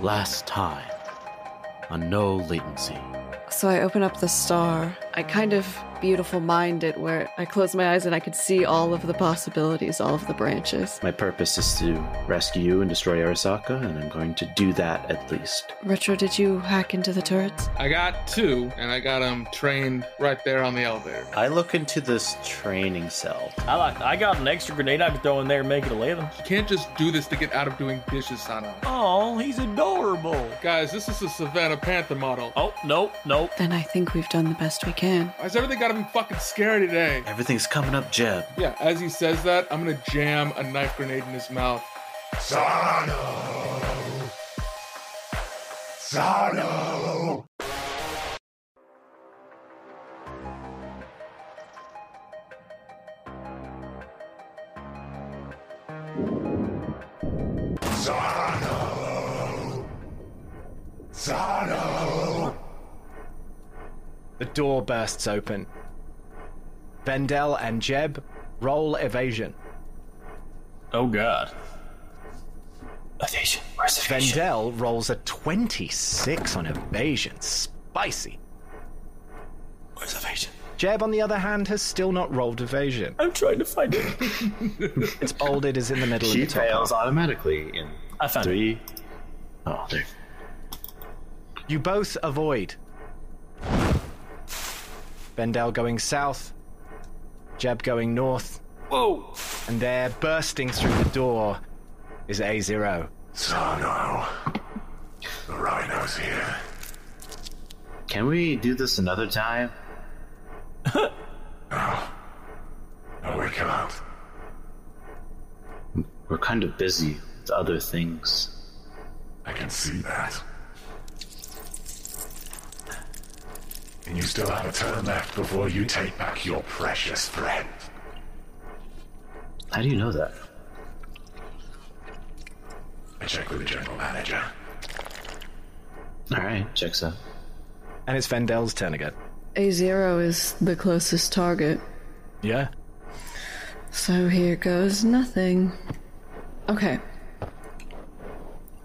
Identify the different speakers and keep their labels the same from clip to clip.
Speaker 1: Last time. On no latency.
Speaker 2: So I open up the star. I kind of beautiful mind it where I close my eyes and I could see all of the possibilities, all of the branches.
Speaker 1: My purpose is to rescue you and destroy Arasaka, and I'm going to do that at least.
Speaker 2: Retro, did you hack into the turrets?
Speaker 3: I got two, and I got them trained right there on the elevator.
Speaker 1: I look into this training cell.
Speaker 4: I like. I got an extra grenade I could throw in there and make it eleven.
Speaker 3: You can't just do this to get out of doing dishes, Sana.
Speaker 4: Oh, he's adorable.
Speaker 3: Guys, this is the Savannah Panther model.
Speaker 4: Oh nope, nope.
Speaker 2: Then I think we've done the best we can.
Speaker 3: Why's everything gotta be fucking scary today?
Speaker 1: Everything's coming up, Jeb.
Speaker 3: Yeah, as he says that, I'm gonna jam a knife grenade in his mouth.
Speaker 5: Sano! Sano! Sano! Sano!
Speaker 6: The door bursts open. Vendel and Jeb, roll evasion.
Speaker 4: Oh god. Evasion. Where's evasion?
Speaker 6: Vendel rolls a 26 on evasion. Spicy.
Speaker 4: Where's evasion?
Speaker 6: Jeb, on the other hand, has still not rolled evasion.
Speaker 4: I'm trying to find it.
Speaker 6: It's bolded as in the middle
Speaker 1: She
Speaker 6: of the top half.
Speaker 1: fails automatically in
Speaker 4: I found it.
Speaker 1: three. Oh, there.
Speaker 6: You both avoid. Vendel going south, Jeb going north.
Speaker 4: Whoa.
Speaker 6: and there, bursting through the door, is A0.
Speaker 5: Sano! The rhino's here.
Speaker 1: Can we do this another time?
Speaker 5: Now wake him up.
Speaker 1: We're kind of busy with other things.
Speaker 5: I can see that. And you still have a turn left before you take back your precious friend.
Speaker 1: How do you know that?
Speaker 5: I check with the general manager.
Speaker 1: All right, checks out.
Speaker 6: And it's Vendel's turn again.
Speaker 2: A0 is the closest target.
Speaker 6: Yeah?
Speaker 2: So here goes nothing. Okay.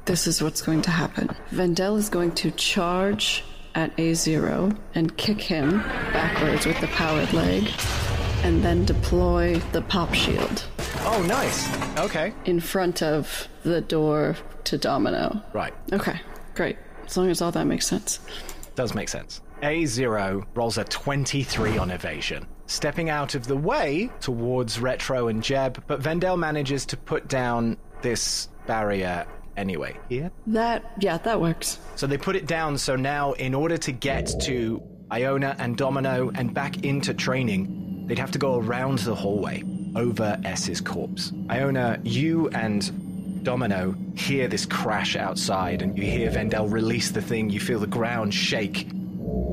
Speaker 2: This is what's going to happen. Vendel is going to charge at A0 and kick him backwards with the powered leg, and then deploy the pop shield
Speaker 6: Oh, nice. Okay.
Speaker 2: in front of the door to Domino.
Speaker 6: Right.
Speaker 2: Okay, great. As long as all that makes sense.
Speaker 6: Does make sense. A0 rolls a 23 on evasion, stepping out of the way towards Retro and Jeb, but Vendel manages to put down this barrier anyway. Here?
Speaker 2: That, yeah, that works.
Speaker 6: So they put it down. So now, in order to get to Iona and Domino and back into training, they'd have to go around the hallway over S's corpse. Iona, you and Domino hear this crash outside, and you hear Vendel release the thing. You feel the ground shake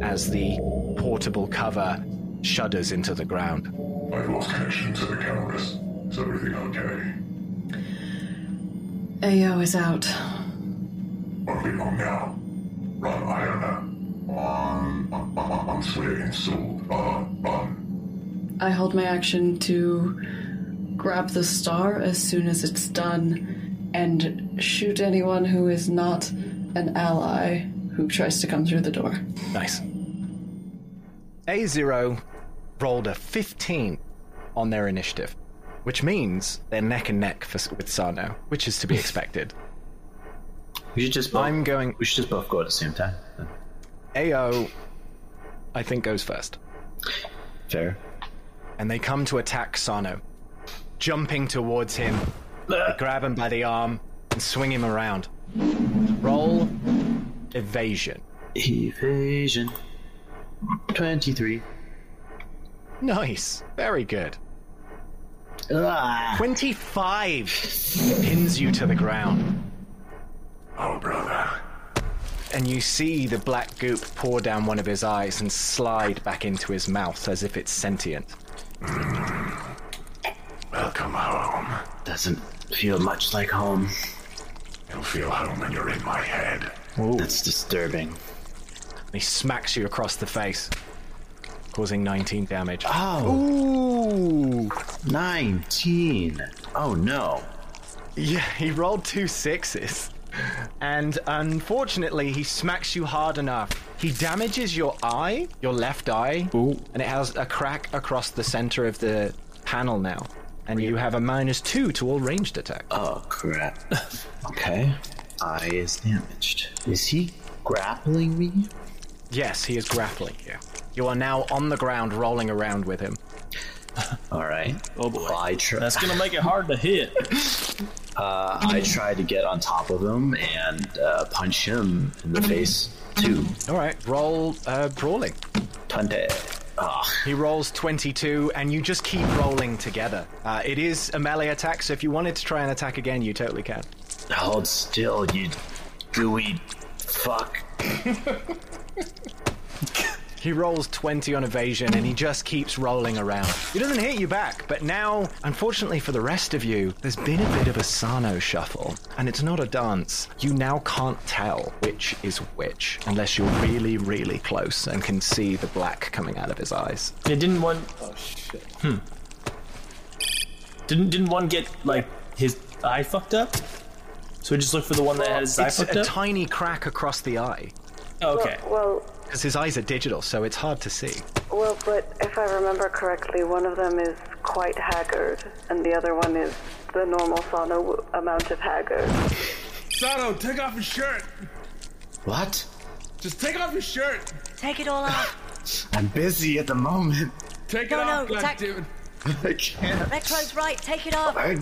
Speaker 6: as the portable cover shudders into the ground.
Speaker 5: I've lost connection to the cameras. Is everything okay?
Speaker 2: AO is out.
Speaker 5: Only on now. Run, Iona. On, on, on, on, on Sway and Soul. Run, run.
Speaker 2: I hold my action to grab the star as soon as it's done and shoot anyone who is not an ally who tries to come through the door.
Speaker 6: Nice. A0 rolled a 15 on their initiative, which means they're neck and neck for, with Sano, which is to be expected.
Speaker 1: We should just. Both,
Speaker 6: I'm going.
Speaker 1: We should just both go at the same time.
Speaker 6: AO, I think, goes first.
Speaker 1: Fair.
Speaker 6: And they come to attack Sano, jumping towards him. They grab him by the arm and swing him around. Roll evasion.
Speaker 1: Evasion. Twenty-three.
Speaker 6: Nice. Very good.
Speaker 1: Ah.
Speaker 6: 25 pins you to the ground.
Speaker 5: Oh, brother.
Speaker 6: and you see the black goop pour down one of his eyes and slide back into his mouth as if it's sentient.
Speaker 5: Welcome home.
Speaker 1: Doesn't feel much like home.
Speaker 5: You'll feel home when you're in my head.
Speaker 1: That's disturbing.
Speaker 6: And he smacks you across the face, causing 19 damage.
Speaker 1: Oh,
Speaker 6: Ooh!
Speaker 1: 19. Oh no.
Speaker 6: Yeah, he rolled two sixes. And unfortunately, he smacks you hard enough. He damages your eye, your left eye, and it has a crack across the center of the panel now. And you have a minus two to all ranged attack.
Speaker 1: Oh crap. Okay. Eye is damaged. Is he grappling me?
Speaker 6: Yes, he is grappling you. You are now on the ground, rolling around with him.
Speaker 1: All right.
Speaker 7: Oh boy.
Speaker 1: Well, I try.
Speaker 7: That's gonna make it hard to hit.
Speaker 1: Uh, I try to get on top of him and uh, punch him in the face too.
Speaker 6: All right, roll uh, brawling.
Speaker 1: Tunte. Ah,
Speaker 6: He rolls 22, and you just keep rolling together. Uh, it is a melee attack, so if you wanted to try and attack again, you totally can.
Speaker 1: hold still, you gooey fuck.
Speaker 6: He rolls 20 on evasion and he just keeps rolling around. He doesn't hit you back, but now, unfortunately for the rest of you, there's been a bit of a Sano shuffle, and it's not a dance. You now can't tell which is which unless you're really, really close and can see the black coming out of his eyes.
Speaker 7: It didn't one oh shit. Hmm. Didn't didn't one get like his eye fucked up? So we just look for the one that had his eye
Speaker 6: It's
Speaker 7: fucked
Speaker 6: a
Speaker 7: up.
Speaker 6: tiny crack across the eye
Speaker 7: Oh, okay.
Speaker 8: Well,
Speaker 6: because his eyes are digital, so it's hard to see.
Speaker 8: well, but if I remember correctly, one of them is quite haggard, and the other one is the normal sauna amount of haggard.
Speaker 3: Sato, take off your shirt.
Speaker 1: What?
Speaker 3: Just take off your shirt.
Speaker 9: Take it all off.
Speaker 1: I'm busy at the moment.
Speaker 3: Take it
Speaker 9: No,
Speaker 3: off,
Speaker 9: no,
Speaker 3: God
Speaker 9: attack-
Speaker 3: damn it.
Speaker 1: I can't.
Speaker 9: Retro's right. Take it off.
Speaker 1: I,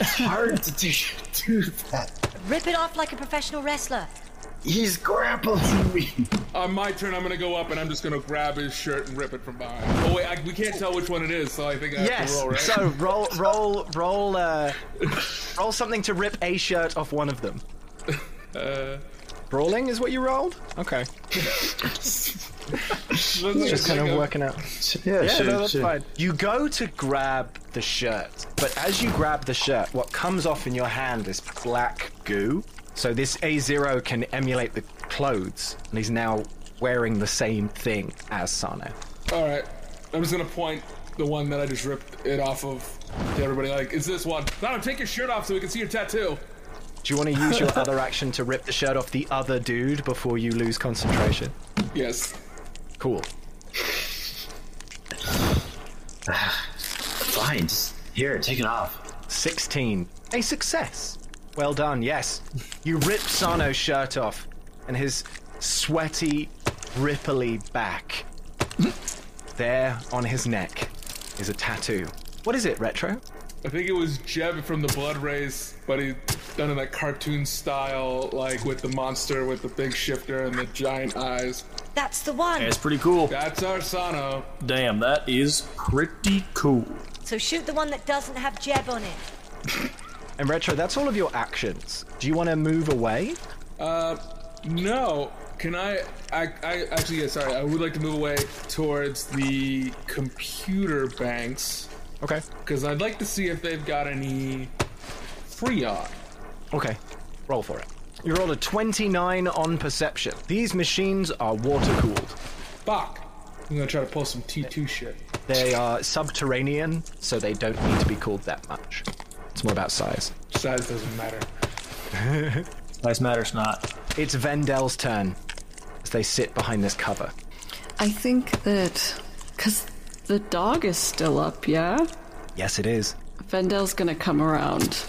Speaker 1: it's hard to do, do that.
Speaker 9: Rip it off like a professional wrestler.
Speaker 1: He's grappling me.
Speaker 3: On my turn, I'm gonna go up and I'm just gonna grab his shirt and rip it from behind. Oh wait, I, we can't tell which one it is, so I think I have to
Speaker 6: Yes.
Speaker 3: Uh, roll, right?
Speaker 6: So roll, roll, roll, uh, roll something to rip a shirt off one of them. Brawling is what you rolled. Okay. Just kind of working out.
Speaker 1: Yeah,
Speaker 6: Yeah, no, that's fine. You go to grab the shirt, but as you grab the shirt, what comes off in your hand is black goo. So this A0 can emulate the clothes, and he's now wearing the same thing as Sano.
Speaker 3: All right, I'm just gonna point the one that I just ripped it off of to everybody. Like, it's this one. Sato, take your shirt off so we can see your tattoo.
Speaker 6: Do you want to use your other action to rip the shirt off the other dude before you lose concentration?
Speaker 3: Yes.
Speaker 6: Cool.
Speaker 1: Fine. Just here, take it off.
Speaker 6: 16. A success. Well done, yes. You rip Sano's shirt off, and his sweaty, ripply back. there on his neck is a tattoo. What is it, Retro?
Speaker 3: I think it was Jeb from the Blood Race, but he done in that cartoon style, like with the monster with the big shifter and the giant eyes.
Speaker 9: That's the one.
Speaker 7: That's pretty cool.
Speaker 3: That's our Sano.
Speaker 7: Damn, that is pretty cool.
Speaker 9: So shoot the one that doesn't have Jeb on it.
Speaker 6: And Retro, that's all of your actions. Do you want to move away?
Speaker 3: Uh, no. Can I, I? I actually, yeah. Sorry, I would like to move away towards the computer banks
Speaker 6: Okay.
Speaker 3: because I'd like to see if they've got any Freon.
Speaker 6: Okay. Roll for it. You rolled a 29 on perception. These machines are water cooled.
Speaker 3: Fuck. I'm gonna try to pull some T2 shit.
Speaker 6: They are subterranean, so they don't need to be cooled that much. It's more about size.
Speaker 3: Size doesn't matter.
Speaker 7: Size matters not.
Speaker 6: It's Vendel's turn as they sit behind this cover.
Speaker 2: I think that. Because the dog is still up, yeah?
Speaker 6: Yes, it is.
Speaker 2: Vendel's gonna come around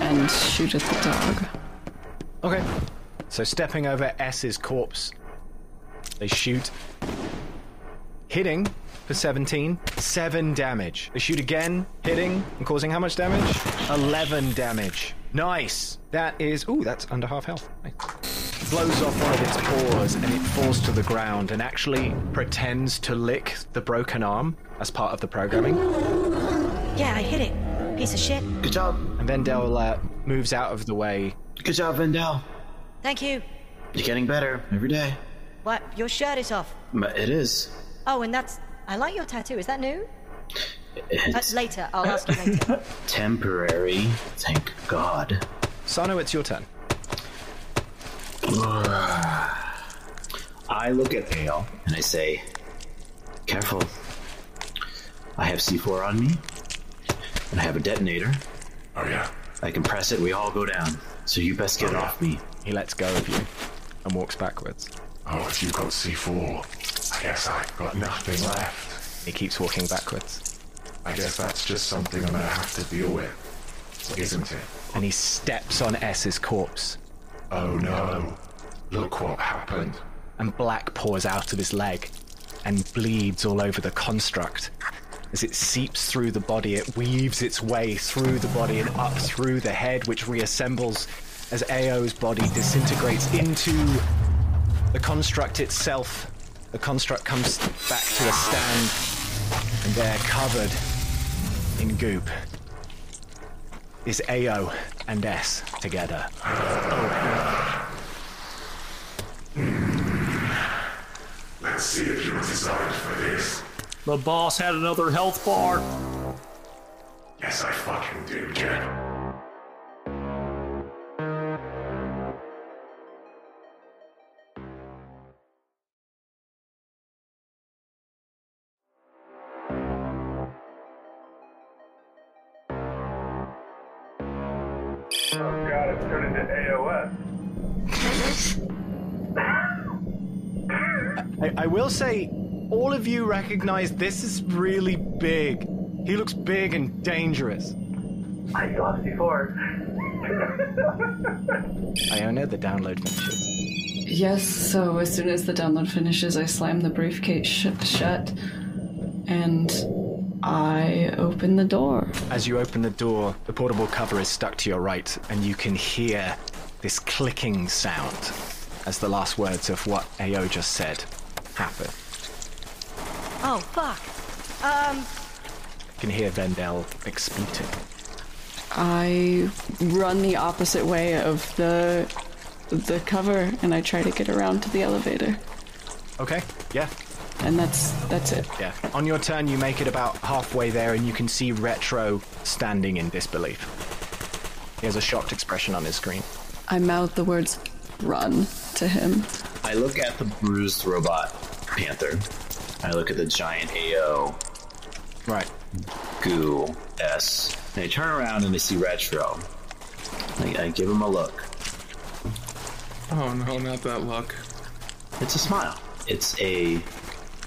Speaker 2: and shoot at the dog.
Speaker 6: Okay. So stepping over S's corpse, they shoot. Hitting for 17, 7 damage. They shoot again, hitting and causing how much damage? 11 damage. Nice. That is. Ooh, that's under half health. Nice. Blows off one of its paws and it falls to the ground and actually pretends to lick the broken arm as part of the programming.
Speaker 9: Yeah, I hit it. Piece of shit.
Speaker 1: Good job.
Speaker 6: And Vendel uh, moves out of the way.
Speaker 1: Good job, Vendel.
Speaker 9: Thank you.
Speaker 1: You're getting better every day.
Speaker 9: What? Your shirt is off.
Speaker 1: M- It is.
Speaker 9: Oh, and that's. I like your tattoo. Is that new? Uh,
Speaker 1: It's
Speaker 9: later. I'll ask you later.
Speaker 1: temporary. Thank God.
Speaker 6: Sano, it's your turn.
Speaker 1: I look at Ale and I say, "Careful. I have C4 on me, and I have a detonator,
Speaker 5: Oh yeah.
Speaker 1: I can press it. We all go down. So you best get off me.
Speaker 6: He lets go of you and walks backwards.
Speaker 5: Oh, if you got C4, I guess I've got nothing left.
Speaker 6: He keeps walking backwards.
Speaker 5: I guess that's just something I'm gonna have to deal with, isn't it?
Speaker 6: And he steps on S's corpse,
Speaker 5: Oh no. Look what happened.
Speaker 6: and black pours out of his leg and bleeds all over the construct. As it seeps through the body, it weaves its way through the body and up through the head, which reassembles as AO's body disintegrates into the construct itself. The construct comes back to a stand, and they're covered in goop. Is AO and S together?
Speaker 5: Let's see if you're designed for this.
Speaker 7: The boss had another health bar.
Speaker 5: Yes, I fucking do, Jack.
Speaker 10: Oh god, it's turned into AOS.
Speaker 6: I, I will say, all of you recognize this is really big. He looks big and dangerous.
Speaker 10: I saw this before.
Speaker 6: Iona, the download finishes.
Speaker 2: Yes, so as soon as the download finishes, I slam the briefcase sh- shut and I open the door.
Speaker 6: As you open the door, the portable cover is stuck to your right, and you can hear this clicking sound as the last words of what AO just said happen.
Speaker 9: Oh, fuck. Um,
Speaker 6: You can hear Vendel expletive.
Speaker 2: I run the opposite way of the the cover and I try to get around to the elevator.
Speaker 6: Okay, yeah,
Speaker 2: And that's that's it.
Speaker 6: yeah. On your turn, you make it about halfway there, and you can see Retro standing in disbelief. He has a shocked expression on his screen.
Speaker 2: I mouth the words run to him.
Speaker 1: I look at the bruised robot panther. I look at the giant AO
Speaker 6: Right.
Speaker 1: goo S. And I turn around and I see Retro. I, I give him a look.
Speaker 3: Oh no, not that luck.
Speaker 1: It's a smile. It's a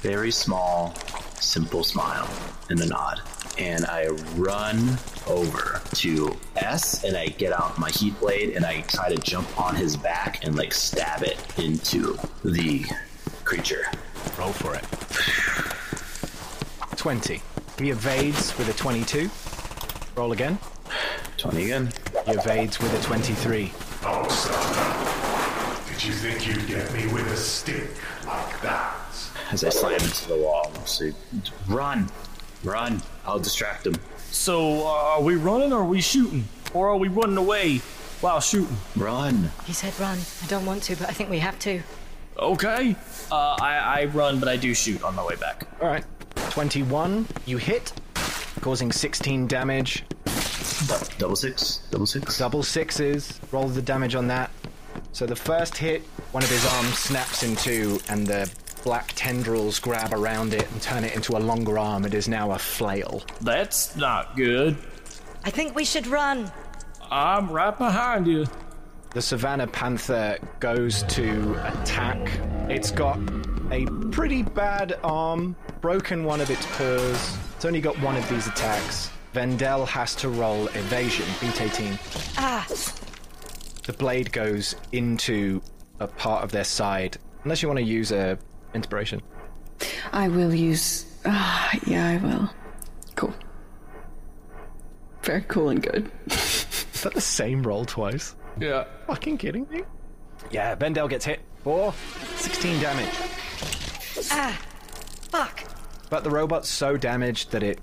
Speaker 1: very small, simple smile and a nod. And I run over to S and I get out my heat blade and I try to jump on his back and like stab it into the creature.
Speaker 6: Roll for it. 20. He evades with a 22. Roll again.
Speaker 1: 20 again.
Speaker 6: He evades with a 23.
Speaker 5: Oh, son. Did you think you'd get me with a stick like that?
Speaker 1: As I slam into the wall, I say, Run! Run! I'll distract him.
Speaker 7: So, uh, are we running or are we shooting? Or are we running away while shooting?
Speaker 1: Run!
Speaker 9: you said run. I don't want to, but I think we have to.
Speaker 7: Okay. Uh, I, I run, but I do shoot on my way back.
Speaker 6: All right. 21. You hit, causing 16 damage.
Speaker 1: Du- Double six? Double six?
Speaker 6: Double sixes. Roll the damage on that. So the first hit, one of his arms snaps in two, and the black tendrils grab around it and turn it into a longer arm. It is now a flail.
Speaker 7: That's not good.
Speaker 9: I think we should run.
Speaker 7: I'm right behind you.
Speaker 6: The Savannah Panther goes to attack. It's got a pretty bad arm, broken one of its paws. It's only got one of these attacks. Vendel has to roll evasion, beat 18.
Speaker 9: Ah,
Speaker 6: The blade goes into a part of their side, unless you want to use a inspiration.
Speaker 2: I will use ah yeah, I will. Cool. Very cool and good.
Speaker 6: Is that the same roll twice?
Speaker 3: Yeah.
Speaker 6: Fucking kidding me? Yeah, Vendel gets hit for 16 damage.
Speaker 9: ah, fuck.
Speaker 6: But the robot's so damaged that it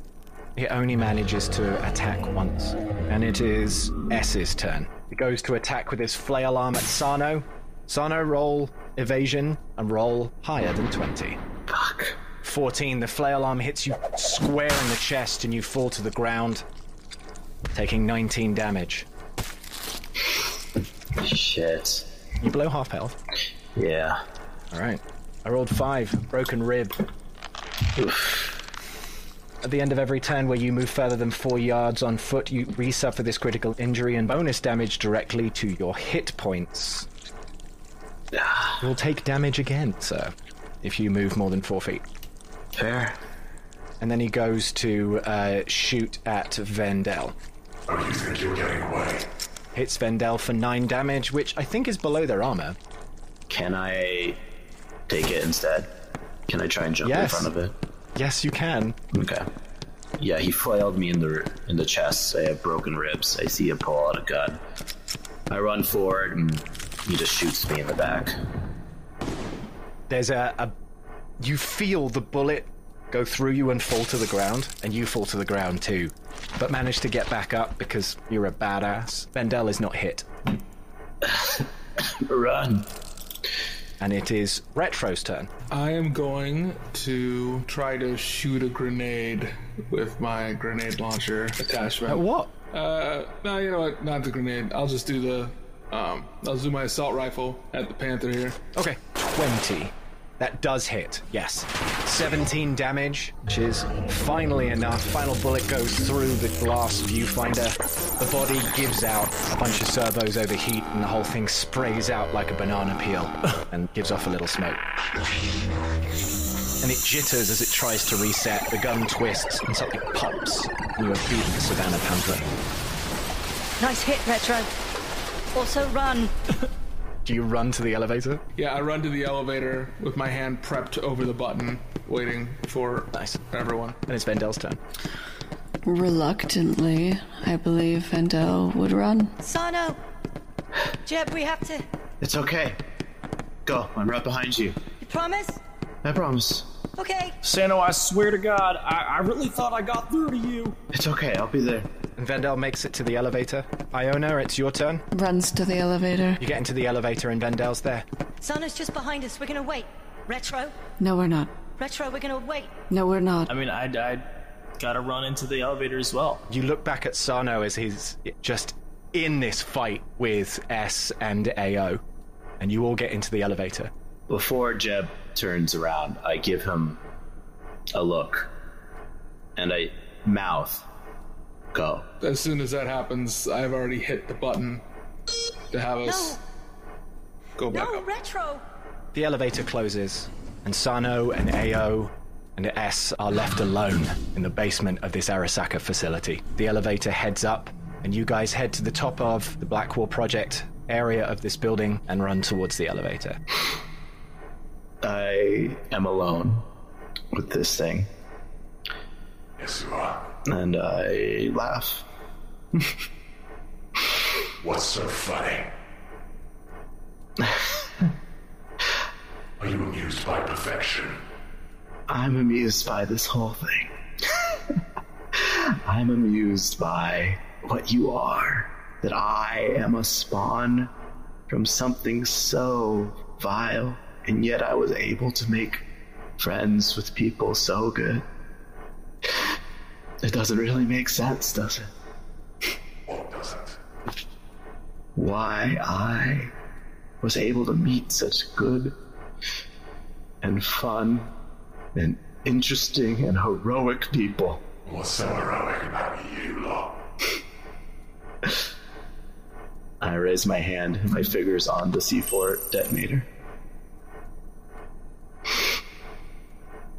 Speaker 6: it only manages to attack once. And it is S's turn. It goes to attack with its flail arm at Sano. Sano roll evasion and roll higher than 20.
Speaker 1: Fuck.
Speaker 6: 14, the flail arm hits you square in the chest and you fall to the ground, taking 19 damage.
Speaker 1: Shit.
Speaker 6: You blow half health.
Speaker 1: Yeah.
Speaker 6: All right. I rolled five, broken rib. At the end of every turn where you move further than four yards on foot, you resuffer this critical injury and bonus damage directly to your hit points. You'll take damage again, sir, if you move more than four feet.
Speaker 1: Fair.
Speaker 6: And then he goes to uh, shoot at Vendel.
Speaker 5: Oh, you think you're getting away?
Speaker 6: Hits Vendel for nine damage, which I think is below their armor.
Speaker 1: Can I take it instead? Can I try and jump
Speaker 6: Yes.
Speaker 1: in front of it?
Speaker 6: Yes, you can.
Speaker 1: Okay. Yeah, he flailed me in the in the chest. I have broken ribs. I see him pull out a gun. I run forward, and he just shoots me in the back.
Speaker 6: There's a, a. You feel the bullet go through you and fall to the ground, and you fall to the ground too, but manage to get back up because you're a badass. Vendel is not hit.
Speaker 1: Run.
Speaker 6: And it is Retro's turn.
Speaker 3: I am going to try to shoot a grenade with my grenade launcher attachment.
Speaker 6: At what?
Speaker 3: Uh, no, you know what? Not the grenade. I'll just do the. Um, I'll just do my assault rifle at the panther here.
Speaker 6: Okay. 20. That does hit, yes. 17 damage, which is finally enough. Final bullet goes through the glass viewfinder. The body gives out. A bunch of servos overheat, and the whole thing sprays out like a banana peel and gives off a little smoke. And it jitters as it tries to reset. The gun twists, and something pops. And you have beaten the Savannah Panther.
Speaker 9: Nice hit, Retro. Also, run.
Speaker 6: Do you run to the elevator?
Speaker 3: Yeah, I run to the elevator with my hand prepped over the button, waiting for everyone.
Speaker 6: And it's Vendel's turn.
Speaker 2: Reluctantly, I believe Vendel would run.
Speaker 9: Sano. Jeb, we have to.
Speaker 1: It's okay. Go. I'm right behind you.
Speaker 9: You promise?
Speaker 1: I promise.
Speaker 9: Okay.
Speaker 7: Sano, I swear to God, I, I really thought I got through to you.
Speaker 1: It's okay. I'll be there.
Speaker 6: And Vendel makes it to the elevator. Iona, it's your turn.
Speaker 2: Runs to the elevator.
Speaker 6: You get into the elevator, and Vendel's there.
Speaker 9: Sano's just behind us. We're gonna wait. Retro.
Speaker 2: No, we're not.
Speaker 9: Retro, we're gonna wait.
Speaker 2: No, we're not.
Speaker 7: I mean, I, I gotta run into the elevator as well.
Speaker 6: You look back at Sano as he's just in this fight with S and AO, and you all get into the elevator.
Speaker 1: Before Jeb turns around, I give him a look, and I mouth, "Go."
Speaker 3: As soon as that happens, I've already hit the button to have us go back
Speaker 9: No,
Speaker 3: up.
Speaker 9: Retro.
Speaker 6: The elevator closes, and Sano and AO and S are left alone in the basement of this Arasaka facility. The elevator heads up, and you guys head to the top of the Blackwall Project area of this building and run towards the elevator.
Speaker 1: I am alone with this thing,
Speaker 5: Yes, you are.
Speaker 1: and I laugh.
Speaker 5: What's so funny? are you amused by perfection?
Speaker 1: I'm amused by this whole thing. I'm amused by what you are. That I am a spawn from something so vile, and yet I was able to make friends with people so good. It doesn't really make sense, does it?
Speaker 5: Or doesn't?
Speaker 1: Why I was able to meet such good and fun and interesting and heroic people.
Speaker 5: What's so heroic about you lot?
Speaker 1: I raise my hand, my fingers on the C4 detonator.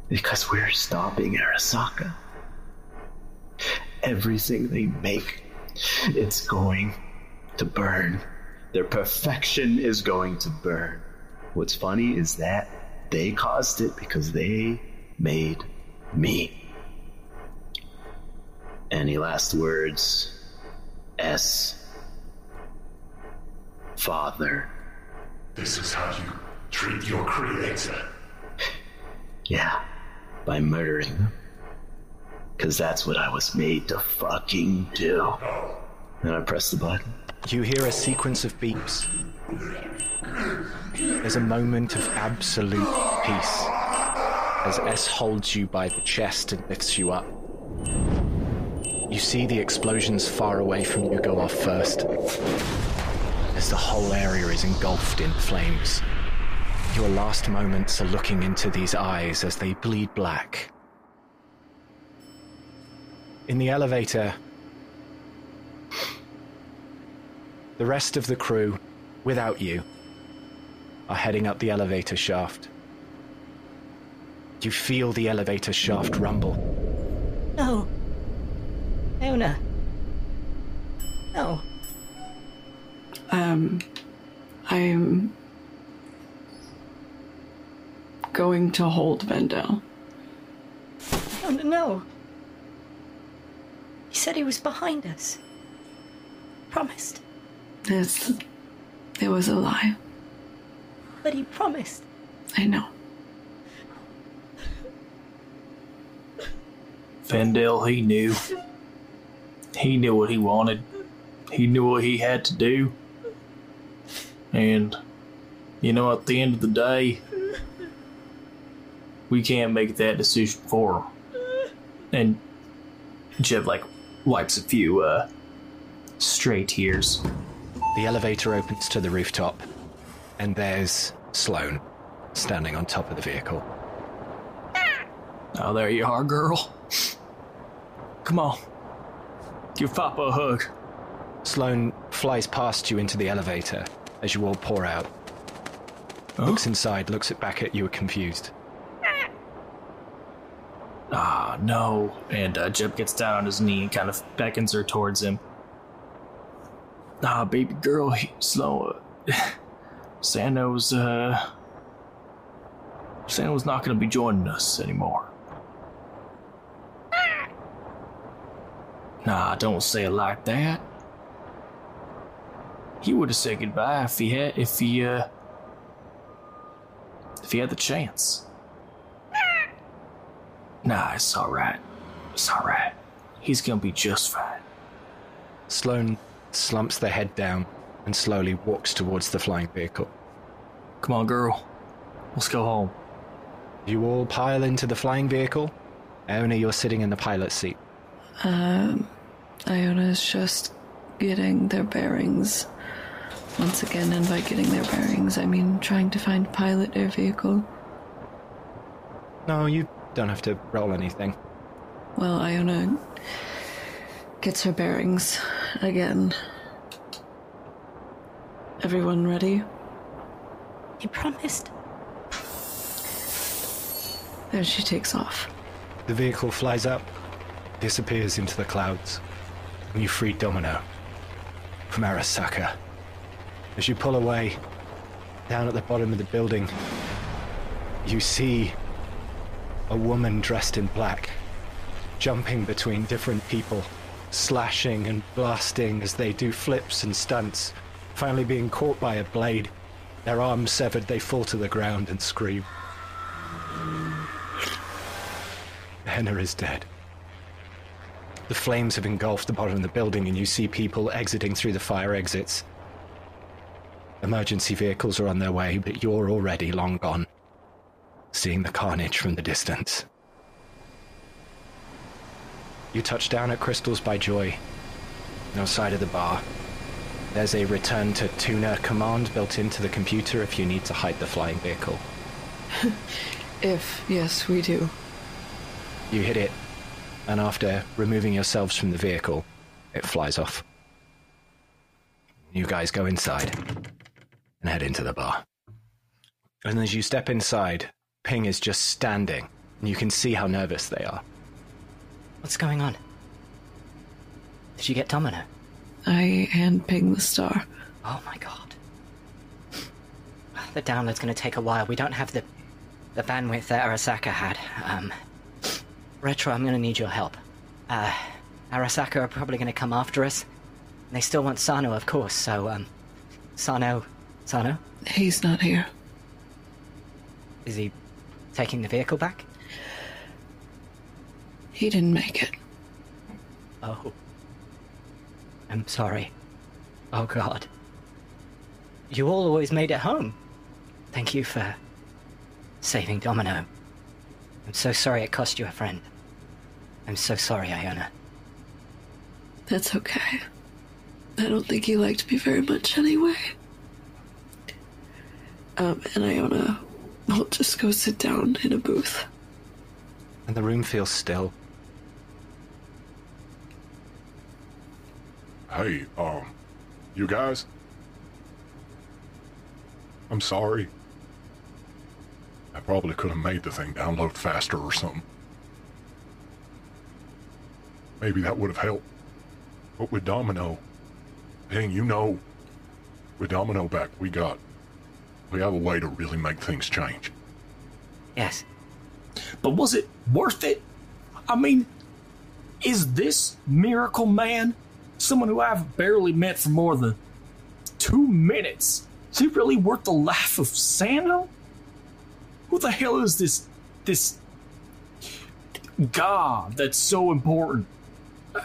Speaker 1: Because we're stopping Arasaka. Everything they make, it's going to burn. Their perfection is going to burn. What's funny is that they caused it because they made me. Any last words? S. Father.
Speaker 5: This is how you treat your creator.
Speaker 1: Yeah, by murdering them. Because that's what I was made to fucking do. And I press the button.
Speaker 6: You hear a sequence of beeps. There's a moment of absolute peace as S holds you by the chest and lifts you up. You see the explosions far away from you go off first, as the whole area is engulfed in flames. Your last moments are looking into these eyes as they bleed black. In the elevator, the rest of the crew, without you, are heading up the elevator shaft. You feel the elevator shaft rumble.
Speaker 9: No. Iona. No.
Speaker 2: Um, I'm going to hold Vendel.
Speaker 9: No, no, no. He said he was behind us. Promised.
Speaker 2: This, it was a lie.
Speaker 9: But he promised.
Speaker 2: I know.
Speaker 7: Fendel, he knew. He knew what he wanted. He knew what he had to do. And, you know, at the end of the day, we can't make that decision for him. And Jeb, like, wipes a few, uh, stray tears.
Speaker 6: The elevator opens to the rooftop, and there's Sloane standing on top of the vehicle.
Speaker 7: Oh, there you are, girl. Come on. Give Papa a hug.
Speaker 6: Sloane flies past you into the elevator as you all pour out. Looks inside, looks at back at you, confused.
Speaker 7: Ah, no. And uh, Jeb gets down on his knee and kind of beckons her towards him. Ah, baby girl, he, slow. Sando's, uh. Sando's not going to be joining us anymore. Nah, don't say it like that. He would have said goodbye if he had, if he, uh. If he had the chance. Nah, it's alright. It's alright. He's gonna be just fine.
Speaker 6: Sloane slumps their head down and slowly walks towards the flying vehicle.
Speaker 7: Come on, girl. Let's go home.
Speaker 6: You all pile into the flying vehicle. Only you're sitting in the pilot's seat.
Speaker 2: Um, Iona's just getting their bearings. Once again, and by getting their bearings, I mean trying to find pilot air vehicle.
Speaker 6: No, you don't have to roll anything.
Speaker 2: Well, Iona gets her bearings again. Everyone ready?
Speaker 9: He promised.
Speaker 2: Then she takes off.
Speaker 6: The vehicle flies up, disappears into the clouds, and you free Domino from Arasaka. As you pull away, down at the bottom of the building, you see a woman dressed in black, jumping between different people, slashing and blasting as they do flips and stunts, finally being caught by a blade. Their arms severed, they fall to the ground and scream. Henna is dead. The flames have engulfed the bottom of the building, and you see people exiting through the fire exits. Emergency vehicles are on their way, but you're already long gone seeing the carnage from the distance. You touch down at Crystals by Joy, outside of the bar. There's a return to tuner command built into the computer if you need to hide the flying vehicle.
Speaker 2: If, yes, we do.
Speaker 6: You hit it, and after removing yourselves from the vehicle, it flies off. You guys go inside and head into the bar. And as you step inside, Ping is just standing, and you can see how nervous they are.
Speaker 11: What's going on? Did you get Domino?
Speaker 2: I hand ping the star.
Speaker 11: Oh my god. The download's gonna take a while. We don't have the the bandwidth that Arasaka had. Um, Retro, I'm gonna need your help. Uh, Arasaka are probably gonna come after us. And They still want Sano, of course, so, um, Sano. Sano?
Speaker 2: He's not here.
Speaker 11: Is he taking the vehicle back?
Speaker 2: He didn't make it.
Speaker 11: Oh. I'm sorry. Oh god. You all always made it home. Thank you for saving Domino. I'm so sorry it cost you a friend. I'm so sorry, Iona.
Speaker 2: That's okay. I don't think he liked me very much anyway. Um, and Iona I'll just go sit down in a booth.
Speaker 6: And the room feels still.
Speaker 12: Hey, um, you guys? I'm sorry. I probably could have made the thing download faster or something. Maybe that would have helped. But with Domino, dang, you know, with Domino back, we got. We have a way to really make things change.
Speaker 11: Yes.
Speaker 7: But was it worth it? I mean, is this Miracle Man someone who I've barely met for more than two minutes? Is he really worth the life of Sano? Who the hell is this this God that's so important? Uh,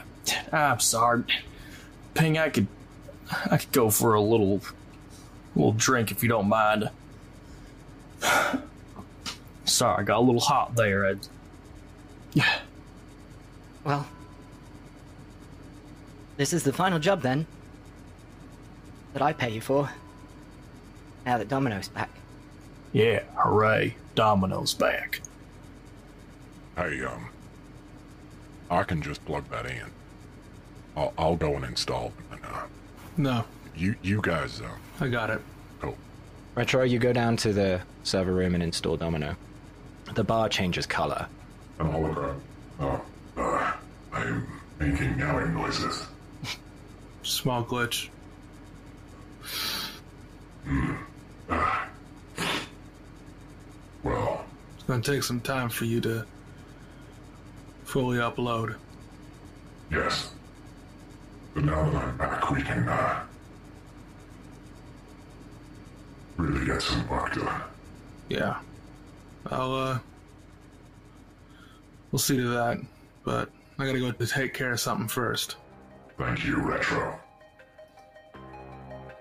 Speaker 7: I'm sorry, Ping. I could I could go for a little little drink if you don't mind. Sorry, I got a little hot there. I, yeah.
Speaker 11: Well, this is the final job then that I pay you for. Now that Domino's back.
Speaker 7: Yeah, hooray! Domino's back.
Speaker 12: Hey, um, I can just plug that in. I'll, I'll go and install. it, And, uh,
Speaker 3: No,
Speaker 12: you you guys, um,
Speaker 3: I got it.
Speaker 6: Retro, you go down to the server room and install Domino. The bar changes color.
Speaker 5: Oh, okay. Oh, uh, I'm making meowing noises.
Speaker 3: Small glitch.
Speaker 5: Well,
Speaker 3: It's gonna take some time for you to fully upload.
Speaker 5: yes. But now that I'm back, we can, uh, really get some work done.
Speaker 3: Yeah. I'll, uh, we'll see to that, but I gotta go to take care of something first.
Speaker 5: Thank you, Retro.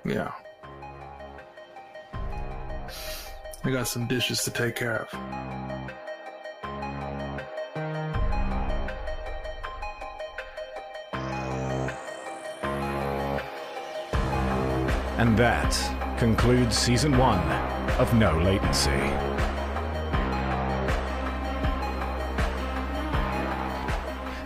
Speaker 3: Yeah. I got some dishes to take care of.
Speaker 13: And that concludes season one of No Latency.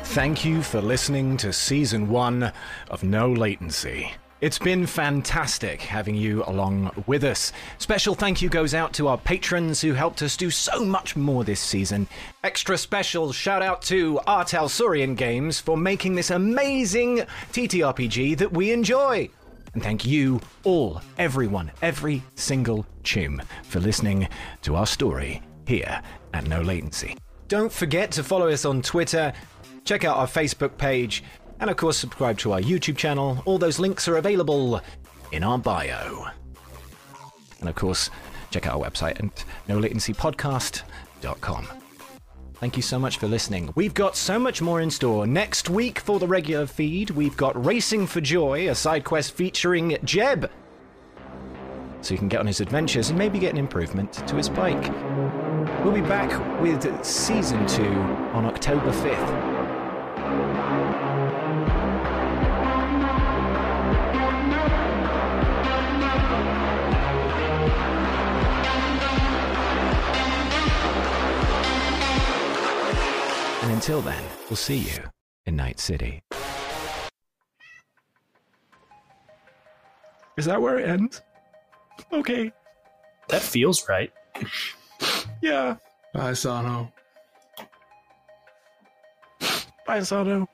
Speaker 6: Thank you for listening to season one of No Latency. It's been fantastic having you along with us. Special thank you goes out to our patrons who helped us do so much more this season. Extra special shout out to Artel Surian Games for making this amazing TTRPG that we enjoy. And thank you all, everyone, every single chum, for listening to our story here at No Latency. Don't forget to follow us on Twitter, check out our Facebook page, and of course, subscribe to our YouTube channel. All those links are available in our bio. And of course, check out our website at nolatencypodcast.com. Thank you so much for listening. We've got so much more in store. Next week for the regular feed, we've got Racing for Joy, a side quest featuring Jeb. So you can get on his adventures and maybe get an improvement to his bike. We'll be back with season two on October 5th. And until then, we'll see you in Night City. Is that where it ends? Okay.
Speaker 7: That feels right.
Speaker 3: Yeah. Bye, Sano.
Speaker 4: Bye, Sano.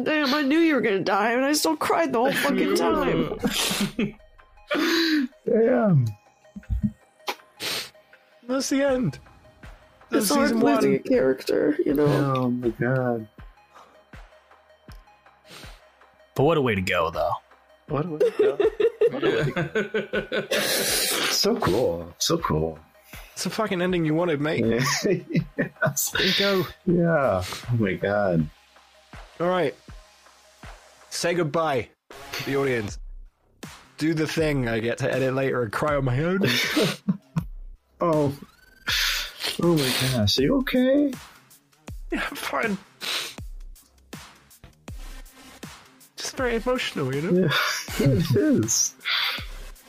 Speaker 2: Damn, I knew you were gonna die, and I still cried the whole fucking time.
Speaker 4: Damn. That's the end.
Speaker 2: It's hard
Speaker 4: season
Speaker 2: losing
Speaker 4: one.
Speaker 2: a character, you know.
Speaker 4: Oh my god.
Speaker 7: But what a way to go, though.
Speaker 4: What a way to
Speaker 7: go.
Speaker 4: so cool. So cool. It's a fucking ending you wanted, mate. there you go. Yeah. Oh my god. All right. Say goodbye to the audience. Do the thing. I get to edit later and cry on my own. oh. Oh my gosh. Are you okay? Yeah, I'm fine. Just very emotional, you know?
Speaker 14: it is.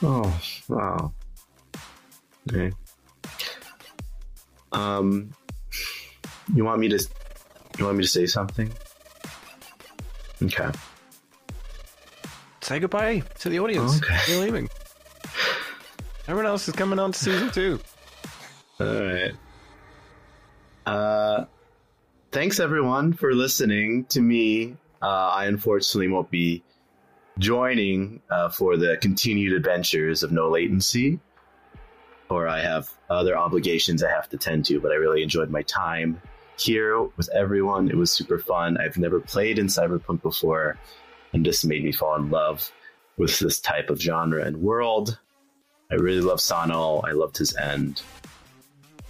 Speaker 14: Oh wow.
Speaker 1: Okay. Um, you want me to? You want me to say something? Okay.
Speaker 6: Say goodbye to the audience.
Speaker 1: Okay.
Speaker 6: You're leaving. Everyone else is coming on to season two.
Speaker 1: All right. Uh, thanks everyone for listening to me. Uh, I unfortunately won't be joining uh, for the continued adventures of No Latency, or I have other obligations I have to tend to. But I really enjoyed my time here with everyone. It was super fun. I've never played in Cyberpunk before, and this made me fall in love with this type of genre and world. I really love Sano. I loved his end.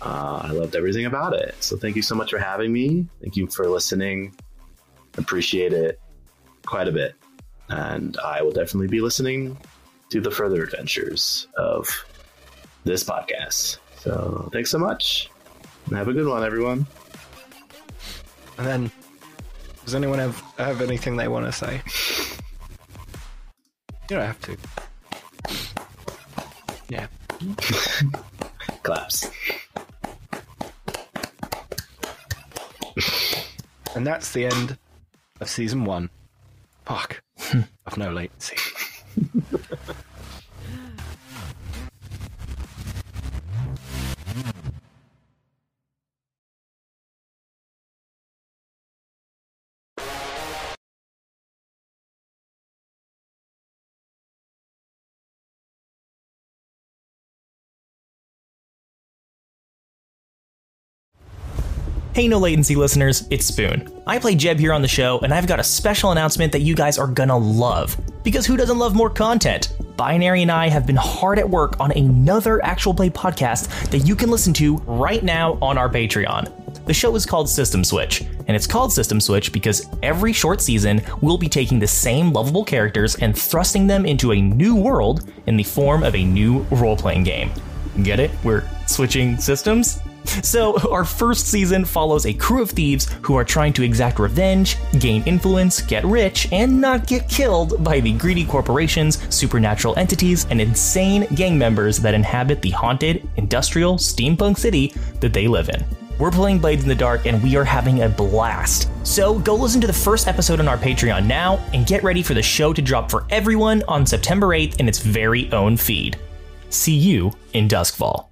Speaker 1: Uh, I loved everything about it. So thank you so much for having me. Thank you for listening. Appreciate it quite a bit. And I will definitely be listening to the further adventures of this podcast. So thanks so much. And have a good one, everyone.
Speaker 6: And then, does anyone have, have anything they want to say? You don't have to. Yeah.
Speaker 1: Claps.
Speaker 6: And that's the end of season one. Fuck. of no latency.
Speaker 7: Hey, no latency listeners, it's Spoon. I play Jeb here on the show, and I've got a special announcement that you guys are gonna love. Because who doesn't love more content? Binary and I have been hard at work on another actual play podcast that you can listen to right now on our Patreon. The show is called System Switch, and it's called System Switch because every short season we'll be taking the same lovable characters and thrusting them into a new world in the form of a new role playing game. Get it? We're switching systems? So, our first season follows a crew of thieves who are trying to exact revenge, gain influence, get rich, and not get killed by the greedy corporations, supernatural entities, and insane gang members that inhabit the haunted, industrial, steampunk city that they live in. We're playing Blades in the Dark and we are having a blast. So go listen to the first episode on our Patreon now and get ready for the show to drop for everyone on September 8th in its very own feed. See you in Duskfall.